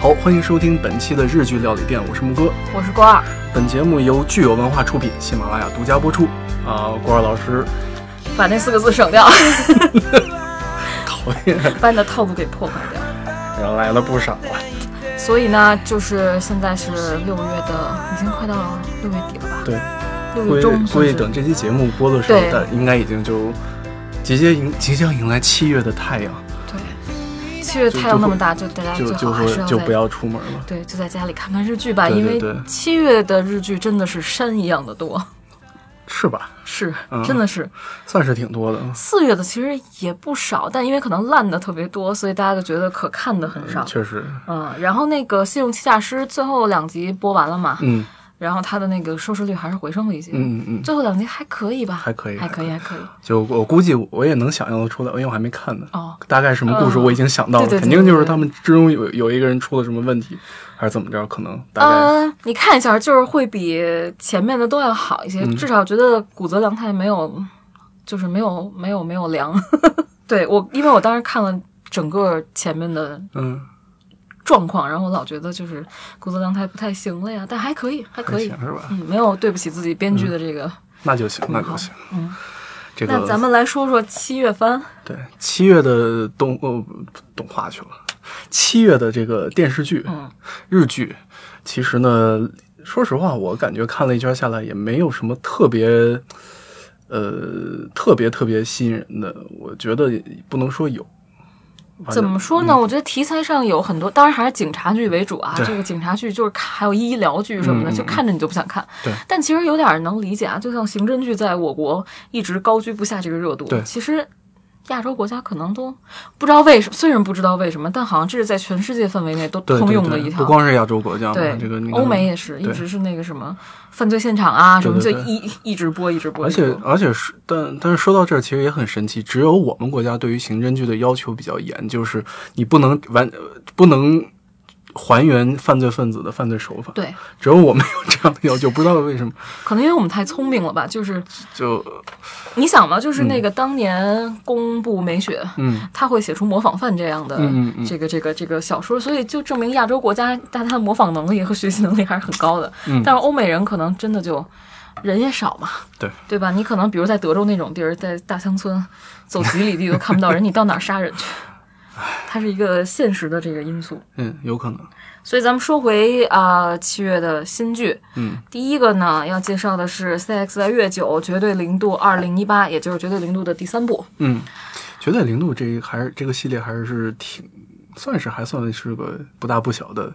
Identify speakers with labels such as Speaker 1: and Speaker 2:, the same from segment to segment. Speaker 1: 好，欢迎收听本期的日剧料理店，我是木哥。
Speaker 2: 我是郭二，
Speaker 1: 本节目由具有文化出品，喜马拉雅独家播出。啊、郭二老师，
Speaker 2: 把那四个字省掉，
Speaker 1: 讨厌，
Speaker 2: 把你的套路给破坏掉。
Speaker 1: 人来了不少啊。
Speaker 2: 所以呢，就是现在是六月的，已经快到六月底了吧？
Speaker 1: 对，
Speaker 2: 六
Speaker 1: 估
Speaker 2: 月
Speaker 1: 计
Speaker 2: 中
Speaker 1: 估
Speaker 2: 算
Speaker 1: 计
Speaker 2: 是。
Speaker 1: 等这期节目播的时候
Speaker 2: 对，
Speaker 1: 但应该已经就即将迎即将迎来七月的太阳，
Speaker 2: 对，七月
Speaker 1: 就
Speaker 2: 太阳那么啊大，就大家
Speaker 1: 就
Speaker 2: 最
Speaker 1: 就
Speaker 2: 好还是
Speaker 1: 会就
Speaker 2: 在
Speaker 1: 不要出门了。
Speaker 2: 对，就在家里看看日剧吧，
Speaker 1: 对对
Speaker 2: 因
Speaker 1: 对
Speaker 2: 为七月的日剧真的是山一样的多，
Speaker 1: 是吧？
Speaker 2: 是，
Speaker 1: 嗯
Speaker 2: 真的是。
Speaker 1: 算是挺多的，嗯
Speaker 2: 四月的其实也不少，但因为可能烂的特别多，所以大家就觉得可看的很少。
Speaker 1: 确实，
Speaker 2: 嗯，然后那个《信用欺诈师》最后两集播完了嘛，
Speaker 1: 嗯
Speaker 2: 然后它的那个收视率还是回升了一些，
Speaker 1: 嗯嗯嗯，
Speaker 2: 最后两集还可以吧？
Speaker 1: 还可以
Speaker 2: 还
Speaker 1: 还
Speaker 2: 可以，还可以。
Speaker 1: 就我估计我也能想象得出来，因为我还没看呢。
Speaker 2: 哦，
Speaker 1: 大概什么故事我已经想到了，
Speaker 2: 嗯对对对
Speaker 1: 肯定就是他们之中有有一个人出了什么问题，还是怎么着，可能大概、
Speaker 2: 嗯，你看一下，就是会比前面的都要好一些，
Speaker 1: 嗯
Speaker 2: 至少觉得古泽良太没有，就是没有没有没有凉。 对我，因为我当时看了整个前面的
Speaker 1: 嗯，
Speaker 2: 状况，然后我老觉得就是古泽良太不太行了呀，但还可以，还可以
Speaker 1: 还，行是吧？
Speaker 2: 嗯，没有对不起自己编剧的这个。
Speaker 1: 那就行，那就行。嗯，这个
Speaker 2: 那咱们来说说七月番，
Speaker 1: 对七月的动呃动画去了，七月的这个电视剧、
Speaker 2: 嗯
Speaker 1: 日剧，其实呢，说实话，我感觉看了一圈下来，也没有什么特别。呃，特别特别吸引人的，我觉得也不能说有，反正嗯
Speaker 2: 怎么说呢？我觉得题材上有很多，当然还是警察剧为主啊。
Speaker 1: 对
Speaker 2: 这个警察剧就是看，还有医疗剧什么
Speaker 1: 嗯
Speaker 2: 的，
Speaker 1: 嗯嗯
Speaker 2: 就看着你就不想看。
Speaker 1: 对
Speaker 2: 但其实有点能理解啊，就像刑侦剧在我国一直高居不下这个热度。
Speaker 1: 对
Speaker 2: 其实亚洲国家可能都不知道为什么，虽然不知道为什么，但好像这是在全世界范围内都
Speaker 1: 对
Speaker 2: 通
Speaker 1: 对
Speaker 2: 用的
Speaker 1: 对
Speaker 2: 一条。
Speaker 1: 不光是亚洲国家嘛，
Speaker 2: 对，
Speaker 1: 这个你看
Speaker 2: 欧美也是，一
Speaker 1: 对
Speaker 2: 直是那个什么犯罪现场啊什么，
Speaker 1: 对
Speaker 2: 就
Speaker 1: 对对
Speaker 2: 一一直播一直播。
Speaker 1: 而
Speaker 2: 一直
Speaker 1: 且
Speaker 2: 播
Speaker 1: 而且是，但但是说到这儿，其实也很神奇。只有我们国家对于刑侦剧的要求比较严，就是你不能完呃不能还原犯罪分子的犯罪手法。
Speaker 2: 对，
Speaker 1: 只有我们有这样的要求，不知道为什么。
Speaker 2: 可能因为我们太聪明了吧，就是
Speaker 1: 就
Speaker 2: 你想嘛，就是那个当年公布美雪，
Speaker 1: 嗯，
Speaker 2: 他会写出《模仿犯》这样的
Speaker 1: 嗯嗯嗯
Speaker 2: 这个这个这个小说，所以就证明亚洲国家大家的模仿能力和学习能力还是很高的。
Speaker 1: 嗯
Speaker 2: 但是欧美人可能真的就人也少嘛，
Speaker 1: 对
Speaker 2: 对吧？你可能比如在德州那种地儿，在大乡村走几里地都看不到人，你到哪儿杀人去？它是一个现实的这个因素。
Speaker 1: 嗯，有可能。
Speaker 2: 所以咱们说回啊、七月的新剧，
Speaker 1: 嗯，
Speaker 2: 第一个呢要介绍的是 CX 的月九绝对零度二零一八，也就是绝对零度的第三部。
Speaker 1: 嗯，绝对零度这个还是这个系列还是挺算是还算是个不大不小的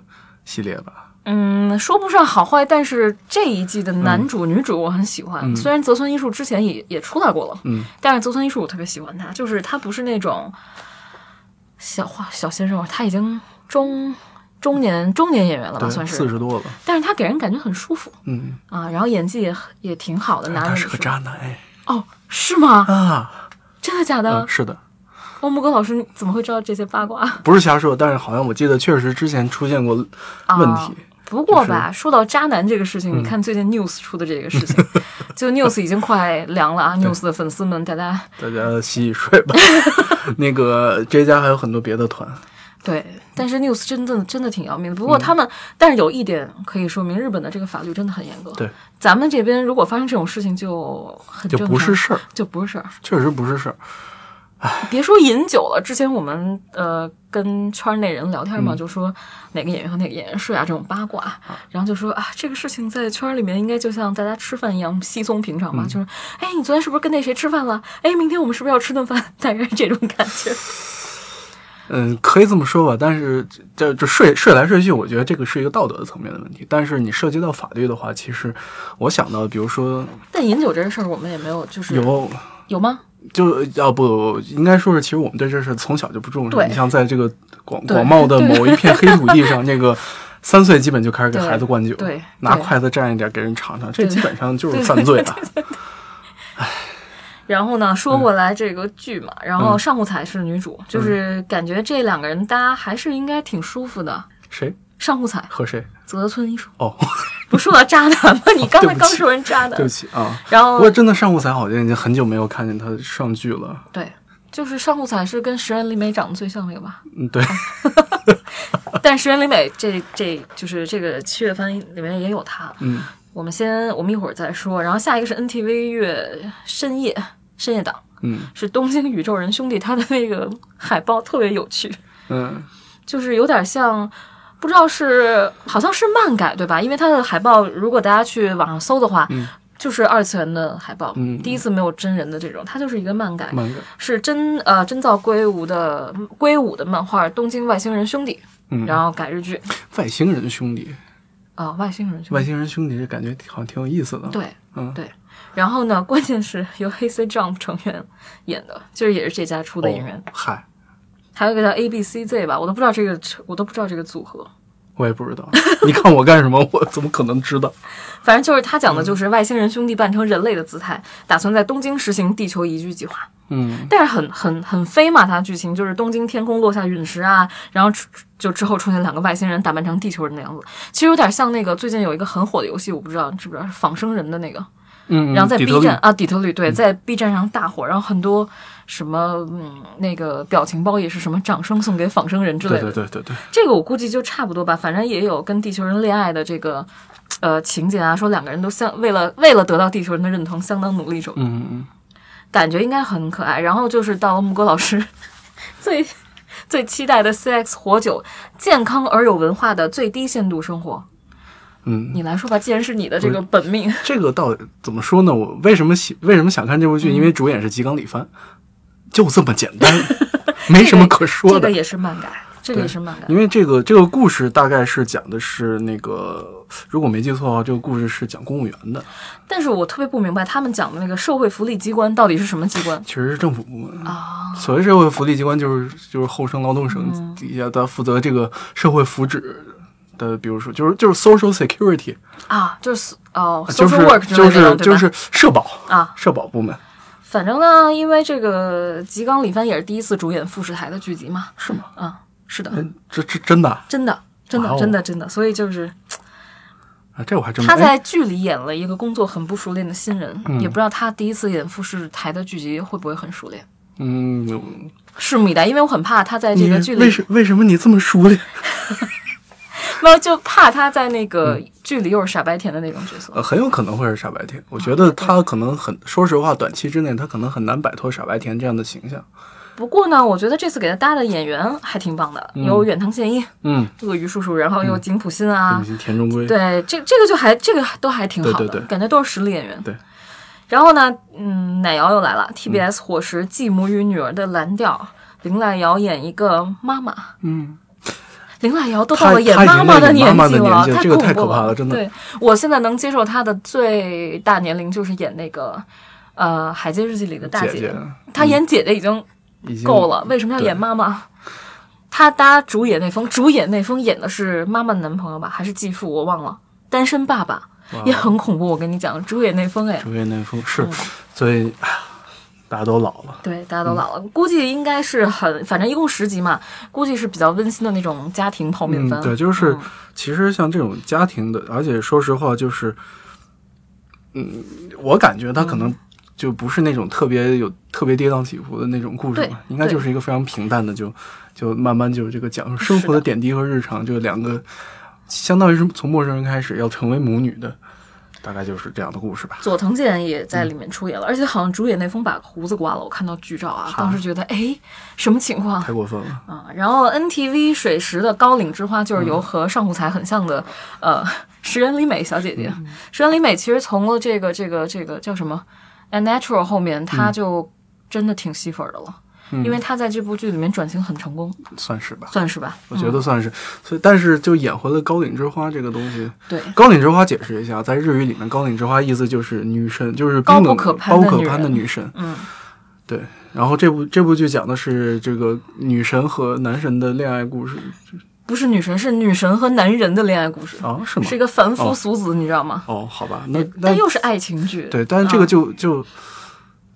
Speaker 1: 系列吧。
Speaker 2: 嗯，说不上好坏，但是这一季的
Speaker 1: 嗯
Speaker 2: 男主、女主我很喜欢。虽然泽村一树之前也也出来过了，
Speaker 1: 嗯，
Speaker 2: 但是泽村一树我特别喜欢他，就是他不是那种小花小鲜肉，他已经中中年中年演员了吧，
Speaker 1: 对，
Speaker 2: 算
Speaker 1: 四
Speaker 2: 是，
Speaker 1: 十多了。
Speaker 2: 但是他给人感觉很舒服
Speaker 1: 嗯，
Speaker 2: 啊，然后演技也很也挺好的，拿
Speaker 1: 他
Speaker 2: 着
Speaker 1: 是个渣男哎
Speaker 2: 哦，是吗？
Speaker 1: 啊！
Speaker 2: 真的假的
Speaker 1: 嗯，？是的。
Speaker 2: 欧木哥老师你怎么会知道这些八卦？
Speaker 1: 不是瞎说，但是好像我记得确实之前出现过 问题。嗯
Speaker 2: 啊不过吧，说到渣男这个事情，你看最近 News 出的这个事 情，就 News 已经快凉了啊！News 的粉丝们，大家
Speaker 1: 大家洗洗睡吧。 那个 J 家还有很多别的团，
Speaker 2: 对，但是 News 真的真的挺要命的。不
Speaker 1: 嗯
Speaker 2: 过他们，但是有一点可以说明，日本的这个法律真的很严格。
Speaker 1: 对，
Speaker 2: 咱们这边如果发生这种事情就很
Speaker 1: 就
Speaker 2: 正常
Speaker 1: 不是事儿，
Speaker 2: 就不是事儿。
Speaker 1: 确实不是事儿。
Speaker 2: 别说饮酒了，之前我们呃跟圈内人聊天
Speaker 1: 嗯
Speaker 2: 嘛，就说哪个演员和哪个演员睡啊这种八卦，然后就说啊这个事情在圈里面应该就像大家吃饭一样稀松平
Speaker 1: 嗯
Speaker 2: 常吧，就是哎你昨天是不是跟那谁吃饭了？哎明天我们是不是要吃顿饭？ 大概是这种感觉。
Speaker 1: 嗯，可以这么说吧，但是这这这睡睡来睡去，我觉得这个是一个道德层面的问题。但是你涉及到法律的话，其实我想到，比如说
Speaker 2: 但饮酒这个事儿我们也没有，就是
Speaker 1: 有啊
Speaker 2: 有吗？
Speaker 1: 就要不应该说是，其实我们对这事儿从小就不重视。
Speaker 2: 对
Speaker 1: 你像在这个广
Speaker 2: 对
Speaker 1: 广袤的某一片黑土地 上，那个三岁基本就开始给孩子灌酒，
Speaker 2: 对对
Speaker 1: 拿
Speaker 2: 对
Speaker 1: 筷子蘸一点给人尝尝，这
Speaker 2: 对
Speaker 1: 基本上就是犯罪 啊。
Speaker 2: 然后呢，
Speaker 1: 嗯
Speaker 2: 说回来这个剧嘛，然后上户彩是女主，就是
Speaker 1: 嗯
Speaker 2: 感觉这两个人搭还是应该挺舒服的。
Speaker 1: 谁
Speaker 2: 上户彩、
Speaker 1: 和谁？
Speaker 2: 泽村一树，
Speaker 1: 哦，
Speaker 2: 不说到渣男吗？ 你刚
Speaker 1: 对不
Speaker 2: 才
Speaker 1: 起
Speaker 2: 刚说人渣男
Speaker 1: 对，不起啊。
Speaker 2: 然
Speaker 1: 不
Speaker 2: 后
Speaker 1: 过真的上户彩好像已经很久没有看见他上剧了，
Speaker 2: 对，就是上户彩是跟石原里美长得最像那 个吧？
Speaker 1: 嗯， 对，
Speaker 2: 但石原里美这这就是这个七月番里面也有她。
Speaker 1: 嗯，
Speaker 2: 我们先我们一会儿再说，然后下一个是 NTV 月深夜深夜档，
Speaker 1: 嗯
Speaker 2: 是东京宇宙人兄弟，他的那个海报特别有趣，
Speaker 1: 嗯
Speaker 2: 就是有点像，不知道是好像是漫改对吧？因为它的海报，如果大家去网上搜的话，
Speaker 1: 嗯
Speaker 2: 就是二次元的海报，
Speaker 1: 嗯
Speaker 2: 第一次没有真人的这种，它就是一个漫改，
Speaker 1: 漫改，
Speaker 2: 是真呃真造圭吾的圭吾的漫画《东京外星人兄弟》，
Speaker 1: 嗯
Speaker 2: 然后改日剧
Speaker 1: 外星人兄弟，
Speaker 2: 啊、外星人兄
Speaker 1: 外
Speaker 2: 弟
Speaker 1: 星人兄弟这感觉好像挺有意思的。，
Speaker 2: 对。
Speaker 1: 嗯，
Speaker 2: 对，然后呢？关键是由黑 C Jump 成员演的，就是也是这家出的演员，
Speaker 1: 哦嗨，
Speaker 2: 还有一个叫 A B C Z 吧，我都不知道这个，我都不知道这个组合。
Speaker 1: 我也不知道，你看我干什么？我怎么可能知道？
Speaker 2: 反正就是他讲
Speaker 1: 嗯
Speaker 2: 的就是外星人兄弟扮成人类的姿态，打算在东京实行地球宜居计划。
Speaker 1: 嗯
Speaker 2: 但是很很很飞嘛，它剧情就是东京天空落下陨石啊，然后出就之后出现两个外星人打扮成地球人的样子，其实有点像那个最近有一个很火的游戏，我不知道你知不知道，是仿生人的那个，
Speaker 1: 嗯，
Speaker 2: 然后在
Speaker 1: 底
Speaker 2: B
Speaker 1: 特律嗯
Speaker 2: 站啊，底特律对，在 B 站上大火，然后很多什么嗯那个表情包也是什么掌声送给仿生人之类
Speaker 1: 对
Speaker 2: 的，
Speaker 1: 对对对对，
Speaker 2: 这个我估计就差不多吧，反正也有跟地球人恋爱的这个呃情节啊，说两个人都相为了为了得到地球人的认同，相当努力什么的，
Speaker 1: 嗯嗯
Speaker 2: 感觉应该很可爱。然后就是到了木哥老师 最最期待的 CX 活酒，健康而有文化的最低限度生活。
Speaker 1: 嗯。
Speaker 2: 你来说吧，既然是你的这个本命，
Speaker 1: 这个到底怎么说呢？我为什么喜为什么想看这部
Speaker 2: 嗯
Speaker 1: 剧？因为主演是吉冈里帆，就这么简单，没什么可说
Speaker 2: 这
Speaker 1: 的
Speaker 2: 个。也是漫改，这个也是漫改。
Speaker 1: 因为这个这个故事大概是讲的是那个，如果没记错的话，这个故事是讲公务员的，
Speaker 2: 但是我特别不明白他们讲的那个社会福利机关到底是什么机关
Speaker 1: 其实是政府部门。
Speaker 2: 啊？
Speaker 1: 所谓社会福利机关，就是就是厚生劳动省底下的负责这个社会福祉的，比如说就是就是 social security，
Speaker 2: 啊，就是哦
Speaker 1: 就
Speaker 2: ，social
Speaker 1: 是
Speaker 2: work 之类
Speaker 1: 就
Speaker 2: 的那
Speaker 1: 是
Speaker 2: 种，
Speaker 1: 就
Speaker 2: 对吧？
Speaker 1: 是社保
Speaker 2: 啊，
Speaker 1: 社保部门
Speaker 2: 反正呢，因为这个吉冈里帆也是第一次主演富士台的剧集嘛，
Speaker 1: 是吗？
Speaker 2: 啊、是的，
Speaker 1: 嗯，这这真的啊，
Speaker 2: 真的，真
Speaker 1: 哇
Speaker 2: 的，
Speaker 1: 哦
Speaker 2: 真的，真的，所以就是
Speaker 1: 啊这我还真没
Speaker 2: 他在剧里演了一个工作很不熟练的新人，
Speaker 1: 嗯
Speaker 2: 也不知道他第一次演富士台的剧集会不会很熟练，
Speaker 1: 嗯，
Speaker 2: 拭目以待。因为我很怕他在这
Speaker 1: 你
Speaker 2: 个剧
Speaker 1: 为
Speaker 2: 里，
Speaker 1: 什为什么你这么熟练？
Speaker 2: 没有就怕他在那个
Speaker 1: 嗯
Speaker 2: 剧里又是傻白甜的那种角色。
Speaker 1: 呃，很有可能会是傻白甜。我觉得他可能很，说实话，短期之内他可能很难摆脱傻白甜这样的形象。
Speaker 2: 不过呢，我觉得这次给他搭的演员还挺棒的，有远藤宪一
Speaker 1: 嗯，
Speaker 2: 这个于叔叔，然后有井浦新啊，
Speaker 1: 嗯田中圭，
Speaker 2: 对，这这个就还这个都还挺好的，
Speaker 1: 对对对
Speaker 2: 感觉都是实力演员。
Speaker 1: 对。
Speaker 2: 然后呢，嗯，奶瑶又来了，TBS 伙食《继母与女儿的蓝调》，林濑瑶演一个妈妈。
Speaker 1: 嗯，
Speaker 2: 林濑瑶都
Speaker 1: 她
Speaker 2: 到了演
Speaker 1: 她已经
Speaker 2: 妈妈
Speaker 1: 到演
Speaker 2: 年
Speaker 1: 妈妈
Speaker 2: 纪
Speaker 1: 的年纪了
Speaker 2: 太
Speaker 1: 这个太
Speaker 2: 恐怖
Speaker 1: 可怕了真的
Speaker 2: 对我现在能接受她的最大年龄就是演那个呃《海街日记》里的大
Speaker 1: 姐嗯姐
Speaker 2: 她演姐姐已经
Speaker 1: 已经
Speaker 2: 够了，为什么要演妈妈？她搭主演那封，主演那封演的是妈妈的男朋友吧，还是继父？我忘了，单身爸爸也很恐怖。我跟你讲，主演那封哎，
Speaker 1: 竹野内丰是，所以哎呀大家都老了。
Speaker 2: 对，大家都
Speaker 1: 嗯
Speaker 2: 老了，估计应该是很，反正一共十集嘛，估计是比较温馨的那种家庭泡面
Speaker 1: 嗯
Speaker 2: 番。，
Speaker 1: 对，就是其实像这种家庭的，而且说实话，就是，嗯，我感觉他可
Speaker 2: 嗯
Speaker 1: 能就不是那种特别有特别跌宕起伏的那种故事
Speaker 2: 对
Speaker 1: 吧，应该就是一个非常平淡的，就就慢慢就是这个讲生活的点滴和日常，就两个相当于是从陌生人开始要成为母女的，大概就是这样的故事吧。
Speaker 2: 佐藤健也在里面出
Speaker 1: 嗯
Speaker 2: 演了，而且好像主演那封把胡子刮了，我看到剧照啊，当时觉得哎，什么情况
Speaker 1: 太过分了，
Speaker 2: 啊？然后 NTV 水石的《高岭之花》
Speaker 1: 嗯
Speaker 2: 就是由和上户彩很像的，呃，石原里美小姐姐。
Speaker 1: 嗯
Speaker 2: 石原里美其实从了这个这个这个叫什么《A Natural》后面，她
Speaker 1: 嗯
Speaker 2: 就真的挺吸粉的了，因为她在这部剧里面转型很成功，
Speaker 1: 算是吧，
Speaker 2: 算是吧？嗯
Speaker 1: 我觉得算是。所以，但是就演回了高岭之花这个东西，
Speaker 2: 对，
Speaker 1: 高岭之花解释一下，在日语里面，高岭之花意思就是女神，就是
Speaker 2: 高
Speaker 1: 冰
Speaker 2: 不
Speaker 1: 冷
Speaker 2: 可
Speaker 1: 的
Speaker 2: 攀的
Speaker 1: 高不可
Speaker 2: 女
Speaker 1: 攀的
Speaker 2: 人
Speaker 1: 女神。
Speaker 2: 嗯，
Speaker 1: 对。然后这部这部剧讲的是这个女神和男神的恋爱故事
Speaker 2: 不是女神，是女神和男人的恋爱故事，
Speaker 1: 啊，是吗
Speaker 2: 是一？个凡夫俗子，你知道吗？
Speaker 1: 哦，好吧，那那
Speaker 2: 但又是爱情剧，
Speaker 1: 对，但是这个就就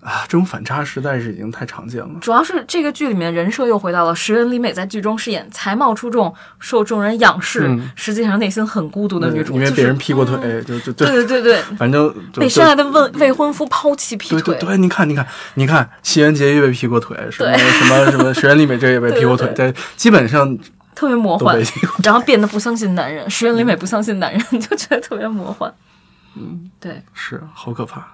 Speaker 1: 啊，这种反差实在是已经太常见了。
Speaker 2: 主要是这个剧里面人设又回到了石原里美在剧中饰演才貌出众、受众人仰视，
Speaker 1: 嗯
Speaker 2: 实际上内心很孤独的女主，
Speaker 1: 因为
Speaker 2: 就是嗯
Speaker 1: 被人劈过腿，就就就
Speaker 2: 对对对对，
Speaker 1: 反正就
Speaker 2: 被
Speaker 1: 就
Speaker 2: 深爱的未未婚夫抛弃劈
Speaker 1: 对
Speaker 2: 腿，
Speaker 1: 对对，你看你看你看，西园结衣被劈过腿，什么
Speaker 2: 对
Speaker 1: 什么什么，石原里美这也被劈过腿，这基本上
Speaker 2: 特别魔
Speaker 1: 都
Speaker 2: 幻
Speaker 1: 被，劈过。
Speaker 2: 然后变得不相信男人，石原里
Speaker 1: 嗯
Speaker 2: 美不相信男人， 就觉得特别魔幻。嗯，对。
Speaker 1: 是，好可怕。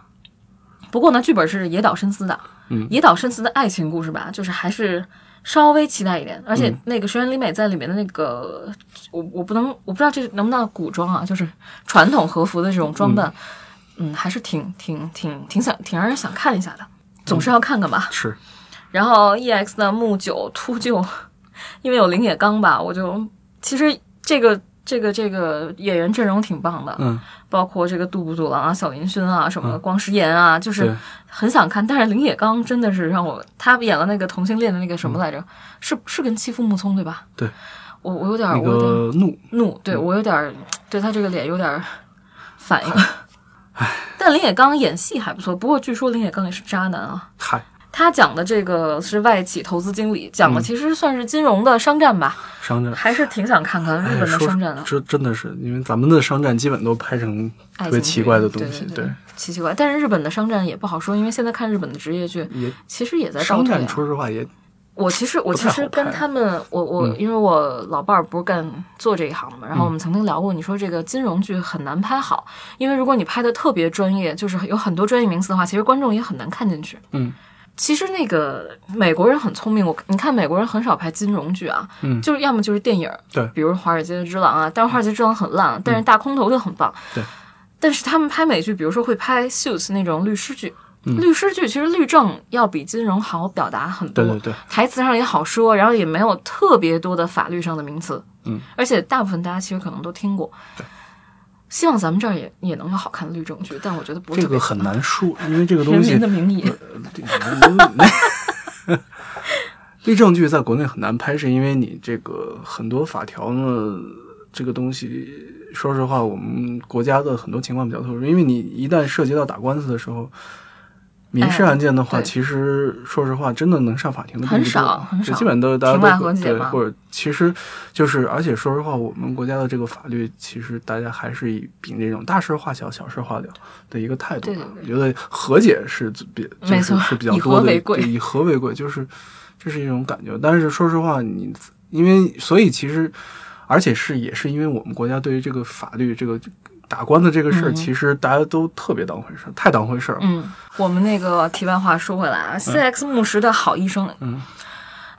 Speaker 2: 不过呢，剧本是野岛伸司的，
Speaker 1: 嗯
Speaker 2: 野岛伸司的爱情故事吧，就是还是稍微期待一点。而且那个石原里美在里面的那个，我我不能我不知道这能不能叫古装啊，就是传统和服的这种装扮，嗯还是挺挺挺挺想挺让人想看一下的，总是要看看吧。
Speaker 1: 是，
Speaker 2: 然后 EX 的木九秃鹫， 因为有林野刚吧，我就其实这个这个这个演员阵容挺棒的，
Speaker 1: 嗯，
Speaker 2: 包括这个杜布杜郎啊、小林薰啊什么的，光石研啊，就是
Speaker 1: 对
Speaker 2: 很想看。但是林野刚真的是让我，他演了那个同性恋的那个什么来着？是是跟欺负木聪对吧？
Speaker 1: 嗯对，
Speaker 2: 我我有点
Speaker 1: 那
Speaker 2: 啊我有点
Speaker 1: 个嗯怒，
Speaker 2: 怒，对我有点对他这个脸有点 反应。但林野刚演戏还不错，不过据说林野刚也是渣男啊。
Speaker 1: 嗨，
Speaker 2: 他讲的这个是外企投资经理，
Speaker 1: 嗯
Speaker 2: 讲的其实算是金融的商战吧，
Speaker 1: 商战。
Speaker 2: 还是挺想看看
Speaker 1: 嗯
Speaker 2: 日
Speaker 1: 哎
Speaker 2: 本的
Speaker 1: 说
Speaker 2: 商战的。啊
Speaker 1: 这真的是，因为咱们的商战基本都拍成特
Speaker 2: 爱情
Speaker 1: 别
Speaker 2: 剧
Speaker 1: 奇怪的东西，
Speaker 2: 对，奇奇怪。但是日本的商战也不好说，因为现在看日本的职业剧，
Speaker 1: 也
Speaker 2: 其实也在倒
Speaker 1: 商
Speaker 2: 退、
Speaker 1: 战，
Speaker 2: 啊。
Speaker 1: 说实话也
Speaker 2: 我其实我
Speaker 1: 不太
Speaker 2: 其
Speaker 1: 好嗯
Speaker 2: 实跟
Speaker 1: 拍
Speaker 2: 他们，我我、因为我老伴儿不是干做这一行的嘛，然
Speaker 1: 嗯
Speaker 2: 后我们曾经聊过，你说这个金融剧很难拍好，因为如果你拍的特别专业，就是有很多专业名词的话，其实观众也很难看进去。
Speaker 1: 嗯。
Speaker 2: 其实那个美国人很聪明，我你看美国人很少拍金融剧啊，
Speaker 1: 嗯
Speaker 2: 就是要么就是电影，
Speaker 1: 对嗯
Speaker 2: 比如《华尔街之狼》啊，但是《华尔街之狼》很烂，啊但是《大空头》就很棒，
Speaker 1: 对。
Speaker 2: 但是他们拍美剧，比如说会拍《Suits》那种律师剧，
Speaker 1: 嗯
Speaker 2: 律师剧其实律政要比金融好表达很多，
Speaker 1: 对对对，
Speaker 2: 台词上也好说，然后也没有特别多的法律上的名词，
Speaker 1: 嗯，
Speaker 2: 而且大部分大家其实可能都听过。希望咱们这儿也也能有好看的律政剧，但我觉得不是
Speaker 1: 这
Speaker 2: 特别
Speaker 1: 个
Speaker 2: 好
Speaker 1: 很难说，因为这个
Speaker 2: 人
Speaker 1: 东西
Speaker 2: 民的名义，
Speaker 1: 律政剧在国内很难拍，是因为你这个很多法条呢，这个东西，说实话，我们国家的很多情况比较特殊，因为你一旦涉及到打官司的时候，民事
Speaker 2: 哎
Speaker 1: 案件的话，
Speaker 2: 对
Speaker 1: 其实说实话，真的能上法庭的
Speaker 2: 很
Speaker 1: 并不多
Speaker 2: 少很
Speaker 1: 就
Speaker 2: 少
Speaker 1: 基本都大
Speaker 2: 庭外
Speaker 1: 家都
Speaker 2: 和解
Speaker 1: 对，
Speaker 2: 嘛
Speaker 1: 或者其实就是，而且说实话，我们国家的这个法律，其实大家还是以秉这种大事化小、小事化了的一个态度
Speaker 2: 对
Speaker 1: 吧。
Speaker 2: 对
Speaker 1: 我觉得和解是最比
Speaker 2: 没
Speaker 1: 就是
Speaker 2: 错
Speaker 1: 是比较
Speaker 2: 以和
Speaker 1: 多的，
Speaker 2: 为贵
Speaker 1: 对以和为贵，就是这是一种感觉。但是说实话，你因为所以其实，而且是也是因为我们国家对于这个法律这个打官司这个事儿，
Speaker 2: 嗯
Speaker 1: 其实大家都特别当回事儿，太当回事儿了。
Speaker 2: 嗯，我们那个题外话说回来啊，CX 牧师的好医生，
Speaker 1: 嗯，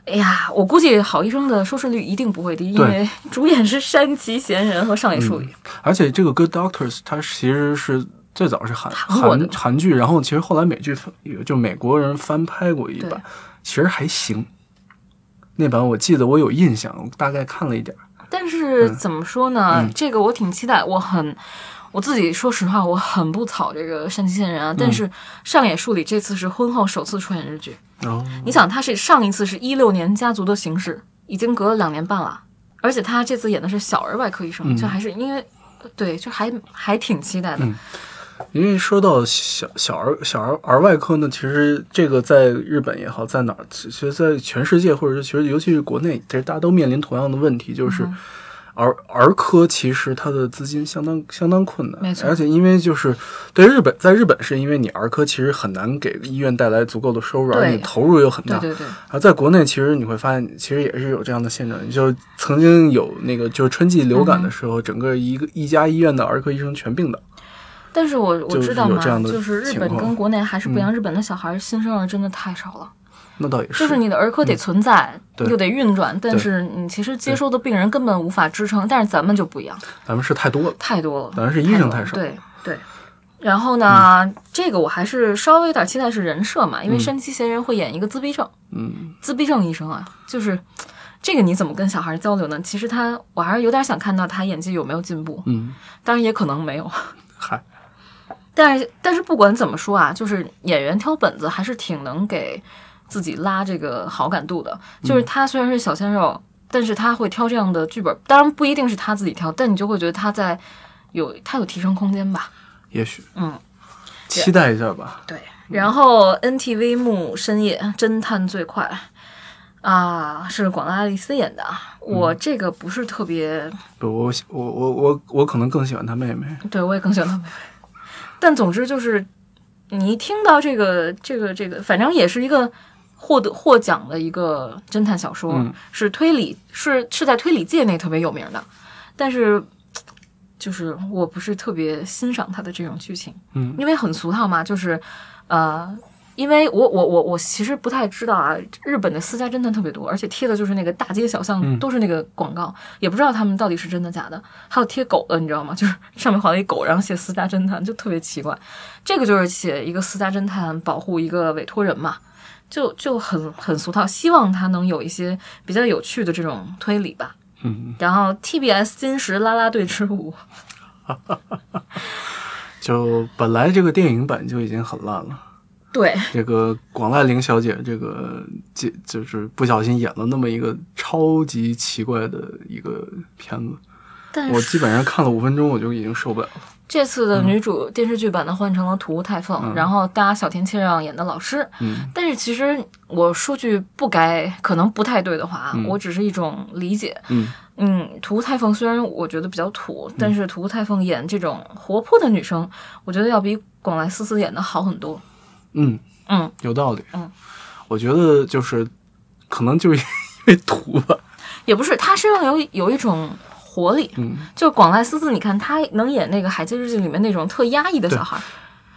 Speaker 2: 哎呀，我估计好医生的收视率一定不会低，因
Speaker 1: 对
Speaker 2: 为主演是山崎贤人和上野树里，
Speaker 1: 嗯而且这个《Good Doctors》它其实是最早是韩
Speaker 2: 韩国的
Speaker 1: 韩韩剧，然后其实后来美剧翻就美国人翻拍过一
Speaker 2: 对
Speaker 1: 版，其实还行。那版我记得我有印象，我大概看了一点儿。
Speaker 2: 但是怎么说呢？
Speaker 1: 嗯
Speaker 2: 这个我挺期待，我很我自己说实话，我很不讨这个山崎贤人啊。
Speaker 1: 嗯
Speaker 2: 但是上野树里这次是婚后首次出演日剧，
Speaker 1: 哦，
Speaker 2: 你想他是上一次是一六年《家族的形式》，已经隔了两年半了，而且他这次演的是小儿外科医生，
Speaker 1: 嗯
Speaker 2: 就还是因为对，就还还挺期待的。
Speaker 1: 因为说到小小儿小儿儿外科呢，其实这个在日本也好，在哪儿，其实在全世界，或者是其实尤其是国内，其实大家都面临同样的问题，就是
Speaker 2: 嗯
Speaker 1: 儿、儿科其实它的资金相当相当困难，
Speaker 2: 没错
Speaker 1: 而且因为就是对日本，在日本是因为你儿科其实很难给医院带来足够的收入，
Speaker 2: 对
Speaker 1: 而你投入又很大，
Speaker 2: 对对对，
Speaker 1: 而在国内，其实你会发现，其实也是有这样的现象，就是曾经有那个就是春季流感的时
Speaker 2: 嗯
Speaker 1: 候，整个一个一家医院的儿科医生全病倒。
Speaker 2: 但是我我
Speaker 1: 就是
Speaker 2: 知道
Speaker 1: 有
Speaker 2: 嘛
Speaker 1: 这样，的
Speaker 2: 就是日
Speaker 1: 情
Speaker 2: 本
Speaker 1: 况
Speaker 2: 跟国内还是不一样，日本的小孩新生儿真的太少了。
Speaker 1: 那倒也是，嗯
Speaker 2: 就是你的儿科得存在，
Speaker 1: 对
Speaker 2: 又得运转，但是你其实接收的病人根本无法支撑。但是咱们就不一样，
Speaker 1: 咱们是太多了。
Speaker 2: 太多了，
Speaker 1: 咱是医生太
Speaker 2: 多了
Speaker 1: 少嗯
Speaker 2: 对对。然后呢，这个我还是稍微有点期待是人设嘛，因为山崎贤人会演一个自闭症，
Speaker 1: 嗯，
Speaker 2: 自闭症医生啊，就是这个你怎么跟小孩交流呢？其实他，我还是有点想看到他演技有没有进步，
Speaker 1: 嗯，
Speaker 2: 当然也可能没有。
Speaker 1: 嗨，
Speaker 2: 但是但是不管怎么说啊，就是演员挑本子还是挺能给自己拉这个好感度的。就是他虽然是小鲜肉，但是他会挑这样的剧本，当然不一定是他自己挑，但你就会觉得他在有他有提升空间吧。
Speaker 1: 也许，
Speaker 2: 嗯，
Speaker 1: 期待一下吧。
Speaker 2: 对，然后 NTV 幕深夜侦探最快啊，是广濑丽丝演的啊。我这个不是特别，
Speaker 1: 不，我喜我我我我可能更喜欢他妹妹。
Speaker 2: 对我也更喜欢她妹妹。但总之就是，你一听到这个这个这个，反正也是一个获得获奖的一个侦探小说，
Speaker 1: 嗯
Speaker 2: 是推理，是是在推理界内特别有名的。但是，就是我不是特别欣赏它的这种剧情，
Speaker 1: 嗯
Speaker 2: 因为很俗套嘛，就是呃。因为我我我我其实不太知道啊，日本的私家侦探特别多，而且贴的就是那个大街小巷
Speaker 1: 嗯
Speaker 2: 都是那个广告，也不知道他们到底是真的假的。还有贴狗的，你知道吗？就是 上面画了一狗，然后写私家侦探，就特别奇怪。这个就是写一个私家侦探保护一个委托人嘛，就就很很俗套。希望他能有一些比较有趣的这种推理吧。
Speaker 1: 嗯，
Speaker 2: 然后 TBS 金石啦啦队之舞，
Speaker 1: 就本来这个电影版就已经很烂了，
Speaker 2: 对
Speaker 1: 这个广濑铃小姐这个姐就是不小心演了那么一个超级奇怪的一个片子，
Speaker 2: 但
Speaker 1: 我
Speaker 2: 是
Speaker 1: 基本上看了五分钟我就已经受不了了。
Speaker 2: 这次的女主电视剧版的换成了涂太凤，然后搭小田切让演的老师。
Speaker 1: 嗯
Speaker 2: 但是其实我说句不该，可能不太对的话，我只是一种理解。
Speaker 1: 嗯
Speaker 2: 嗯，涂太凤虽然我觉得比较土，但是涂太凤演这种活泼的女生，我觉得要比广濑丝丝演的好很多。
Speaker 1: 嗯，
Speaker 2: 嗯，
Speaker 1: 有道理。
Speaker 2: 嗯，
Speaker 1: 我觉得就是可能就是因为土吧。
Speaker 2: 也不是，她身上有有一种活力。
Speaker 1: 嗯，
Speaker 2: 就广濑丝丝，你看她能演那个《海街日记》里面那种特压抑的小孩儿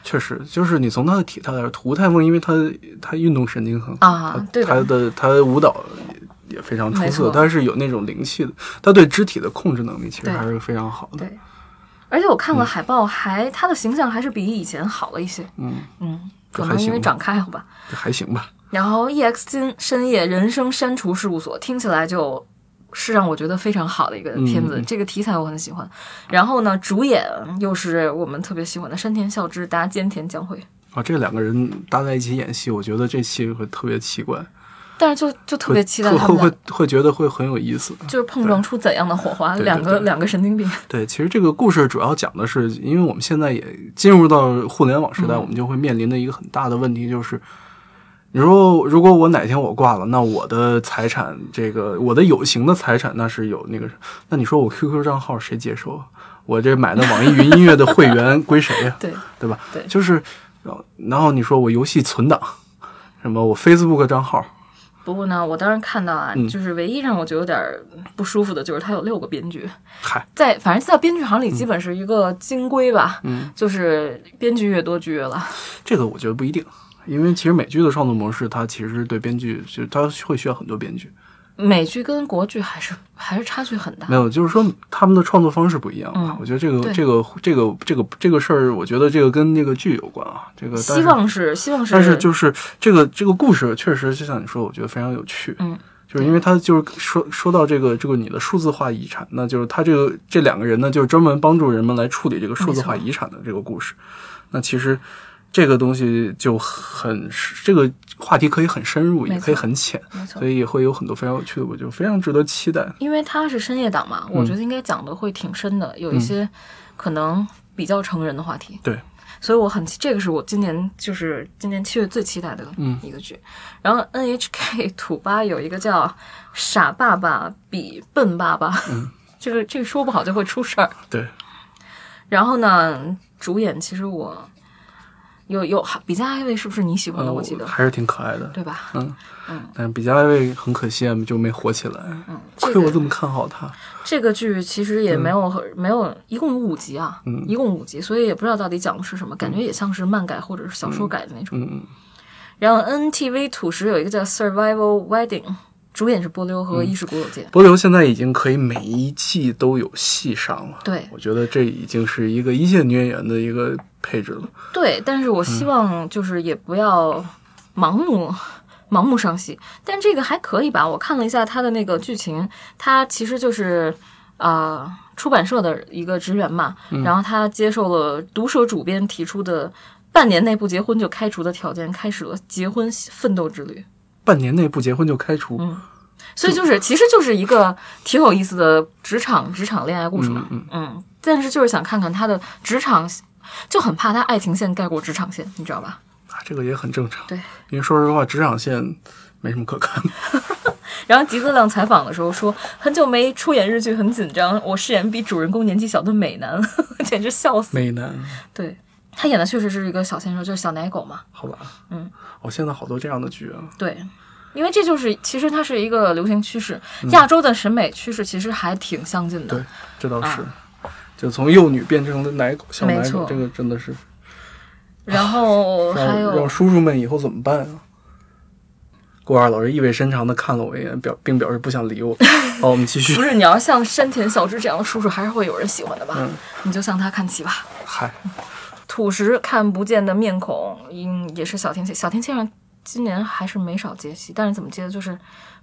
Speaker 1: 确实，就是你从她的体态来说，涂太凤因为她她运动神经很好，
Speaker 2: 啊，对
Speaker 1: 她
Speaker 2: 的，
Speaker 1: 的她舞蹈也也非常出
Speaker 2: 没错
Speaker 1: 色，她是有那种灵气的，她对肢体的控制能力其实
Speaker 2: 对
Speaker 1: 还是非常好的。
Speaker 2: 对。而且我看了海报还，她的形象还是比以前好了一些。
Speaker 1: 嗯，
Speaker 2: 嗯，
Speaker 1: 这
Speaker 2: 可
Speaker 1: 还
Speaker 2: 能因为
Speaker 1: 行
Speaker 2: 长开了吧。
Speaker 1: 这还行吧。
Speaker 2: 然后 EX 金深夜人生删除事务所听起来就是让我觉得非常好的一个片子，
Speaker 1: 嗯嗯嗯
Speaker 2: 这个题材我很喜欢。然后呢，主演又是我们特别喜欢的山田孝之搭菅田将晖，
Speaker 1: 啊，这两个人搭在一起演戏，我觉得这戏会特别奇怪，
Speaker 2: 但是就就特别期待
Speaker 1: 会
Speaker 2: 他
Speaker 1: 会
Speaker 2: 们
Speaker 1: 会
Speaker 2: 俩
Speaker 1: 会会觉得会很有意思。
Speaker 2: 就是碰撞出怎样的火花，
Speaker 1: 对对
Speaker 2: 两个
Speaker 1: 对
Speaker 2: 两个神经病。
Speaker 1: 对，其实这个故事主要讲的是，因为我们现在也进入到互联网时代，我们就会面临的一个很大的问题就是，你说如果我哪天我挂了，那我的财产，这个我的有形的财产，那是有那个，那你说我 QQ 账号谁接收啊？我这买的网易云音乐的会员归谁呀、
Speaker 2: 对，
Speaker 1: 对吧？
Speaker 2: 对
Speaker 1: 就是，然后然后你说我游戏存档，什么我 Facebook 账号，
Speaker 2: 不过呢，我当时看到啊，
Speaker 1: 嗯
Speaker 2: 就是唯一让我觉得有点儿不舒服的，就是它有六个编剧，
Speaker 1: 嗨，
Speaker 2: 在反正在编剧行里基本是一个金规吧，嗯，就是编剧越多剧越烂。
Speaker 1: 这个我觉得不一定，因为其实美剧的创作模式，它其实对编剧，就它会需要很多编剧。
Speaker 2: 美剧跟国剧还是 还是差距很大
Speaker 1: 没。有，就是说他们的创作方式不一样吧。
Speaker 2: 嗯
Speaker 1: 我觉得这个
Speaker 2: 对
Speaker 1: 这个这个这个这个事儿，我觉得这个跟那个剧有关啊。这个但是
Speaker 2: 希望是希望是，
Speaker 1: 但是就是这个这个故事确实就像你说，我觉得非常有趣。
Speaker 2: 嗯，
Speaker 1: 就是因为他就是说说到这个这个你的数字化遗产，那就是他这个这两个人呢，就是专门帮助人们来处理这个数字化
Speaker 2: 没错
Speaker 1: 遗产的这个故事。那其实这个东西就很这个话题可以很深入，也
Speaker 2: 没错
Speaker 1: 可以很浅，
Speaker 2: 没错
Speaker 1: 所，以会有很多非常有趣的，我就非常值得期待。
Speaker 2: 因为它是深夜档
Speaker 1: 嗯
Speaker 2: 嘛，我觉得应该讲的会挺深的，有一些可能比较成人的话题。
Speaker 1: 对，
Speaker 2: 所以我很这个是我今年就是今年七月最期待的
Speaker 1: 嗯
Speaker 2: 一个剧。然后 NHK 土八有一个叫《傻爸爸比笨爸爸》，
Speaker 1: 嗯
Speaker 2: 这个这个说不好就会出事儿。
Speaker 1: 对，
Speaker 2: 然后呢，主演其实我有有比加艾薇是不是你喜欢的？
Speaker 1: 呃
Speaker 2: 我记得
Speaker 1: 还是挺可爱的。
Speaker 2: 对吧？
Speaker 1: 但是比加卫很可惜啊，就没火起来。
Speaker 2: 嗯，这
Speaker 1: 亏
Speaker 2: 个
Speaker 1: 我这么看好他。
Speaker 2: 这个剧其实也没有、很没有，一共有五集啊，
Speaker 1: 嗯
Speaker 2: 一共五集，所以也不知道到底讲的是什么，感觉也像是漫改或者是小说改的那种。
Speaker 1: 嗯，
Speaker 2: 然后 NTV 土石有一个叫《Survival Wedding》，主演是波流
Speaker 1: 嗯
Speaker 2: 和伊势谷友介。
Speaker 1: 波流现在已经可以每一季都有戏上了。
Speaker 2: 对
Speaker 1: 我觉得这已经是一个一线女演员的一个配置了。
Speaker 2: 对，但是我希望就是也不要盲目。盲目上戏，但这个还可以吧？我看了一下它的那个剧情，它其实就是，呃，出版社的一个职员嘛，然后他接受了毒蛇主编提出的半年内不结婚就开除的条件，开始了结婚奋斗之旅。
Speaker 1: 半年内不结婚就开除。嗯
Speaker 2: 所以就是，其实就是一个挺有意思的职场职场恋爱故事嘛。嗯但是就是想看看他的职场就很怕他爱情线盖过职场线，你知道吧？
Speaker 1: 啊，这个也很正常。
Speaker 2: 对，
Speaker 1: 因为说实话，职场线没什么可看的。
Speaker 2: 然后吉泽亮采访的时候说，很久没出演日剧，很紧张。我饰演比主人公年纪小的美男， 简直笑死。
Speaker 1: 美男，
Speaker 2: 对他演的确实是一个小鲜肉，就是小奶狗嘛。
Speaker 1: 好吧，
Speaker 2: 嗯，
Speaker 1: 哦，现在好多这样的剧啊，
Speaker 2: 对，因为这就是其实它是一个流行趋势，亚洲的审美趋势其实还挺相近
Speaker 1: 嗯
Speaker 2: 的
Speaker 1: 对。，这倒是，就从幼女变成了奶狗，小
Speaker 2: 啊没
Speaker 1: 奶狗，
Speaker 2: 错
Speaker 1: 这个真的是
Speaker 2: 然后还
Speaker 1: 让
Speaker 2: 有
Speaker 1: 让叔叔们以后怎么办啊？郭二老师意味深长地看了我一眼，表并表示不想理 我。好，我们继续
Speaker 2: 不。是你要像山田孝之这样的叔叔，还是会有人喜欢的吧？
Speaker 1: 嗯
Speaker 2: 你就向他看齐吧。
Speaker 1: 嗨，
Speaker 2: 土石看不见的面孔，嗯，也是小天气。小天气上今年还是没少接戏，但是怎么接的，就是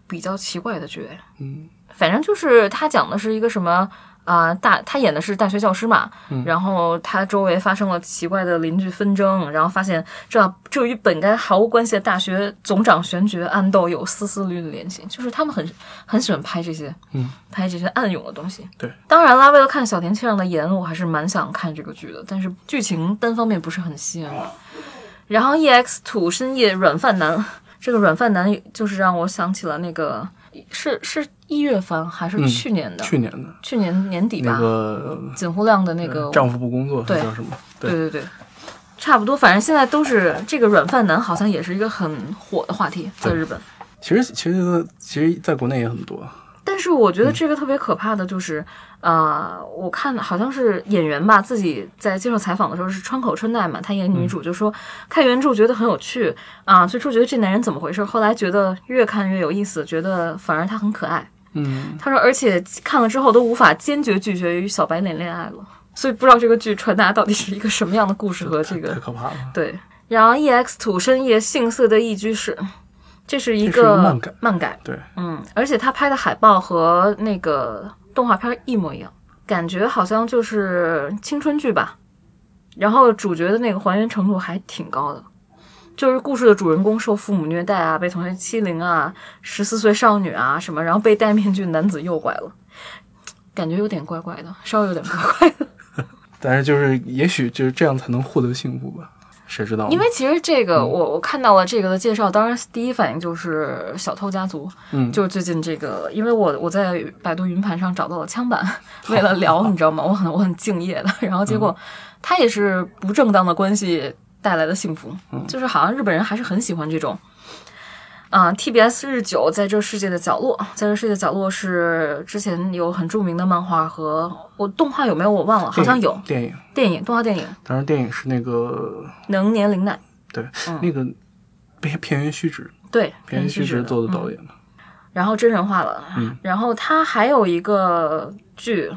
Speaker 2: 比较奇怪的角。
Speaker 1: 嗯，
Speaker 2: 反正就是他讲的是一个什么啊、大他演的是大学教师嘛，
Speaker 1: 嗯
Speaker 2: 然后他周围发生了奇怪的邻居纷争，然后发现这这与本该毫无关系的大学总长选举暗斗有丝丝缕缕联系，就是他们很很喜欢拍这些，
Speaker 1: 嗯，
Speaker 2: 拍这些暗涌的东西。
Speaker 1: 对，
Speaker 2: 当然啦，为了看小田切让的颜，我还是蛮想看这个剧的，但是剧情单方面不是很吸引我。然后 EX 土深夜软饭男，这个软饭男就是让我想起了那个是是一月份还是去年的？
Speaker 1: 嗯去年的
Speaker 2: 去年年底吧，
Speaker 1: 那个嗯
Speaker 2: 锦湖亮的那个，
Speaker 1: 丈夫不工作，
Speaker 2: 对
Speaker 1: 叫什么？
Speaker 2: 对，对对，差不多，反正现在都是这个软饭男，好像也是一个很火的话题，在
Speaker 1: 对
Speaker 2: 日本。
Speaker 1: 其实其实其实在国内也很多。
Speaker 2: 但是我觉得这个特别可怕的就是，啊，我看好像是演员吧，自己在接受采访的时候是川口春奈嘛，她演女主就说、看原著觉得很有趣啊，最初觉得这男人怎么回事，后来觉得越看越有意思，觉得反而他很可爱。
Speaker 1: 嗯，
Speaker 2: 他说，而且看了之后都无法坚决拒绝与小白脸恋爱了，所以不知道这个剧传达到底是一个什么样的故事和这
Speaker 1: 太
Speaker 2: 个
Speaker 1: 可怕了。
Speaker 2: 对。然后 EX 土深夜杏色的一居室，这是
Speaker 1: 这是一
Speaker 2: 一个
Speaker 1: 个漫改
Speaker 2: 漫改，
Speaker 1: 对，
Speaker 2: 嗯，而且他拍的海报和那个动画片一模一样，感觉好像就是青春剧吧。然后主角的那个还原程度还挺高的，就是故事的主人公受父母虐待啊，被同学欺凌啊，十四岁少女啊什么，然后被戴面具男子诱拐了，感觉有点怪怪的，稍微有点怪怪的。
Speaker 1: 但是就是也许就是这样才能获得幸福吧，谁知道呢？
Speaker 2: 因为其实这
Speaker 1: 嗯
Speaker 2: 个我我看到了这个的介绍，当然第一反应就是《小偷家族》，
Speaker 1: 嗯
Speaker 2: 就是最近这个，因为我我在百度云盘上找到了枪版， 为了 聊，你知道吗？我很我很敬业的，然后
Speaker 1: 嗯
Speaker 2: 结果他也是不正当的关系带来的幸福，
Speaker 1: 嗯
Speaker 2: 就是好像日本人还是很喜欢这种。啊、t b s 日久在这世界的角落，在这世界的角落是之前有很著名的漫画和我动画有没有我忘了，好像有
Speaker 1: 电影，
Speaker 2: 电影动画电影《
Speaker 1: 当然电影是那个
Speaker 2: 能年玲奈》
Speaker 1: 对、
Speaker 2: 嗯
Speaker 1: 那个片片源须知，
Speaker 2: 对，
Speaker 1: 片源须
Speaker 2: 是
Speaker 1: 知
Speaker 2: 的嗯
Speaker 1: 做的导演嘛。
Speaker 2: 然后真人化了。
Speaker 1: 嗯
Speaker 2: 然后他还有一个剧，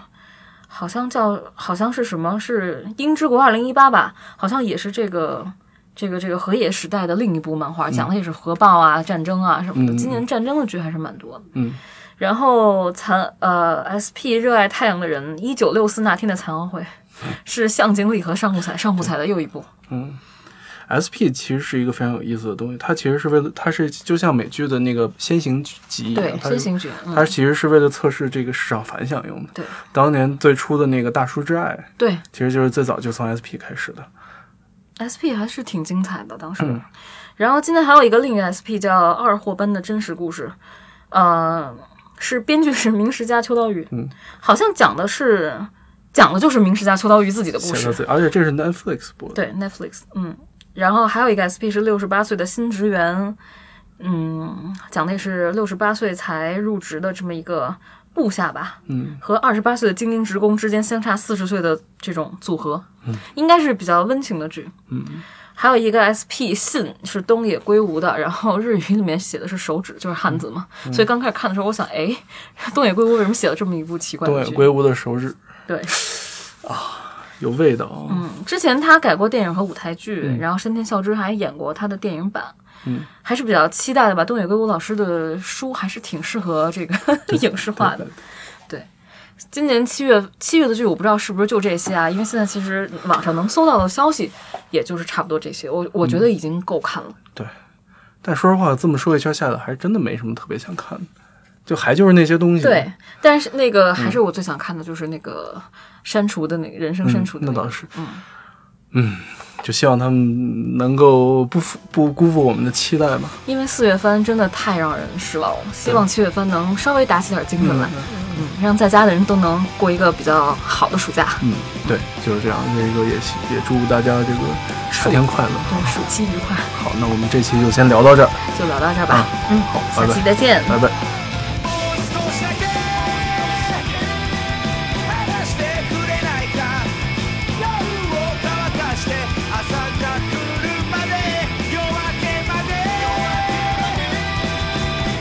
Speaker 2: 好像叫好像是什么是《英之国二零一八》吧，好像也是这个这个这个河野时代的另一部漫画，讲的也是核爆啊、战争啊什么的。
Speaker 1: 嗯
Speaker 2: 今年战争的剧还是蛮多的。
Speaker 1: 嗯
Speaker 2: 然后残呃 SP 热爱太阳的人，一九六四那天的残奥 会。是向井理和上户彩，上户彩的又一部，
Speaker 1: SP 其实是一个非常有意思的东西，它其实是为了，它是就像美剧的那个先行集一
Speaker 2: 对
Speaker 1: 样，，它
Speaker 2: 先
Speaker 1: 是
Speaker 2: 行剧，嗯，
Speaker 1: 它其实是为了测试这个市场反响用的。
Speaker 2: 对，
Speaker 1: 当年最初的那个《大叔之爱》，
Speaker 2: 对，
Speaker 1: 其实就是最早就从 SP 开始的。
Speaker 2: SP 还是挺精彩的，当时。
Speaker 1: 嗯
Speaker 2: 然后今天还有一个另一个 SP 叫《二货般的真实故事》，呃，是编剧是明石家秋刀鱼，
Speaker 1: 嗯
Speaker 2: 好像讲的是讲的就是明石家秋刀鱼自己的故
Speaker 1: 写到
Speaker 2: 事，
Speaker 1: 最，而且这是 Netflix 播的。
Speaker 2: 对 Netflix，嗯。然后还有一个 SP 是六十八岁的新职员，嗯，讲的也是六十八岁才入职的这么一个部下吧，
Speaker 1: 嗯，
Speaker 2: 和二十八岁的精英职工之间相差四十岁的这种组合，
Speaker 1: 嗯
Speaker 2: 应该是比较温情的剧。嗯，还有一个 SP 信是东野圭吾的，然后日语里面写的是手指，就是汉字嘛，
Speaker 1: 嗯
Speaker 2: 所以刚开始看的时候，我想，哎，东野圭吾为什么写了这么一部奇怪
Speaker 1: 东
Speaker 2: 的
Speaker 1: 野
Speaker 2: 剧？
Speaker 1: 圭吾的手指
Speaker 2: 对，
Speaker 1: 有味道啊。
Speaker 2: 嗯，之前他改过电影和舞台剧，然后山田孝之还演过他的电影版。
Speaker 1: 嗯，
Speaker 2: 还是比较期待的吧。东野圭吾老师的书还是挺适合 这个影视化的
Speaker 1: 对。
Speaker 2: 今年七月七月的剧，我不知道是不是就这些啊？因为现在其实网上能搜到的消息，也就是差不多这些。我我觉得已经够看了。
Speaker 1: 嗯但说实话，这么说一圈下来，还真的没什么特别想看的，就还就是那些东西。
Speaker 2: 对，但是
Speaker 1: 嗯
Speaker 2: 那个还是我最想看的就是那个删除的那个人生删除
Speaker 1: 嗯
Speaker 2: 的、
Speaker 1: 那
Speaker 2: 个
Speaker 1: 倒是。
Speaker 2: 嗯，
Speaker 1: 就希望他们能够不负不辜负我们的期待吧。
Speaker 2: 因为四月番真的太让人失望了，希望七月番能稍微打起点精神来，嗯，让在家的人都能过一个比较好的暑假，
Speaker 1: 嗯，对，就是这样。那个也希也祝大家这个夏天快乐。
Speaker 2: 对，暑期愉快，
Speaker 1: 好，那我们这期就先聊到这儿，
Speaker 2: 就聊到这儿吧，嗯，
Speaker 1: 好，拜
Speaker 2: 下期
Speaker 1: 拜，
Speaker 2: 再见。
Speaker 1: 拜拜。
Speaker 3: 「もう少しだけ話してくれないか」「夜を乾かして朝が来るまで夜明けまで」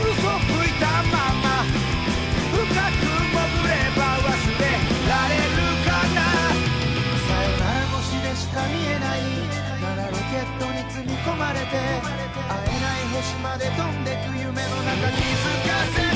Speaker 3: 「嘘吹いたまま深く潜れば忘れられるかな」「さよなら星でしか見えない」「ならロケットに積み込まれて」「会えない星まで飛んでく夢の中気づかせ」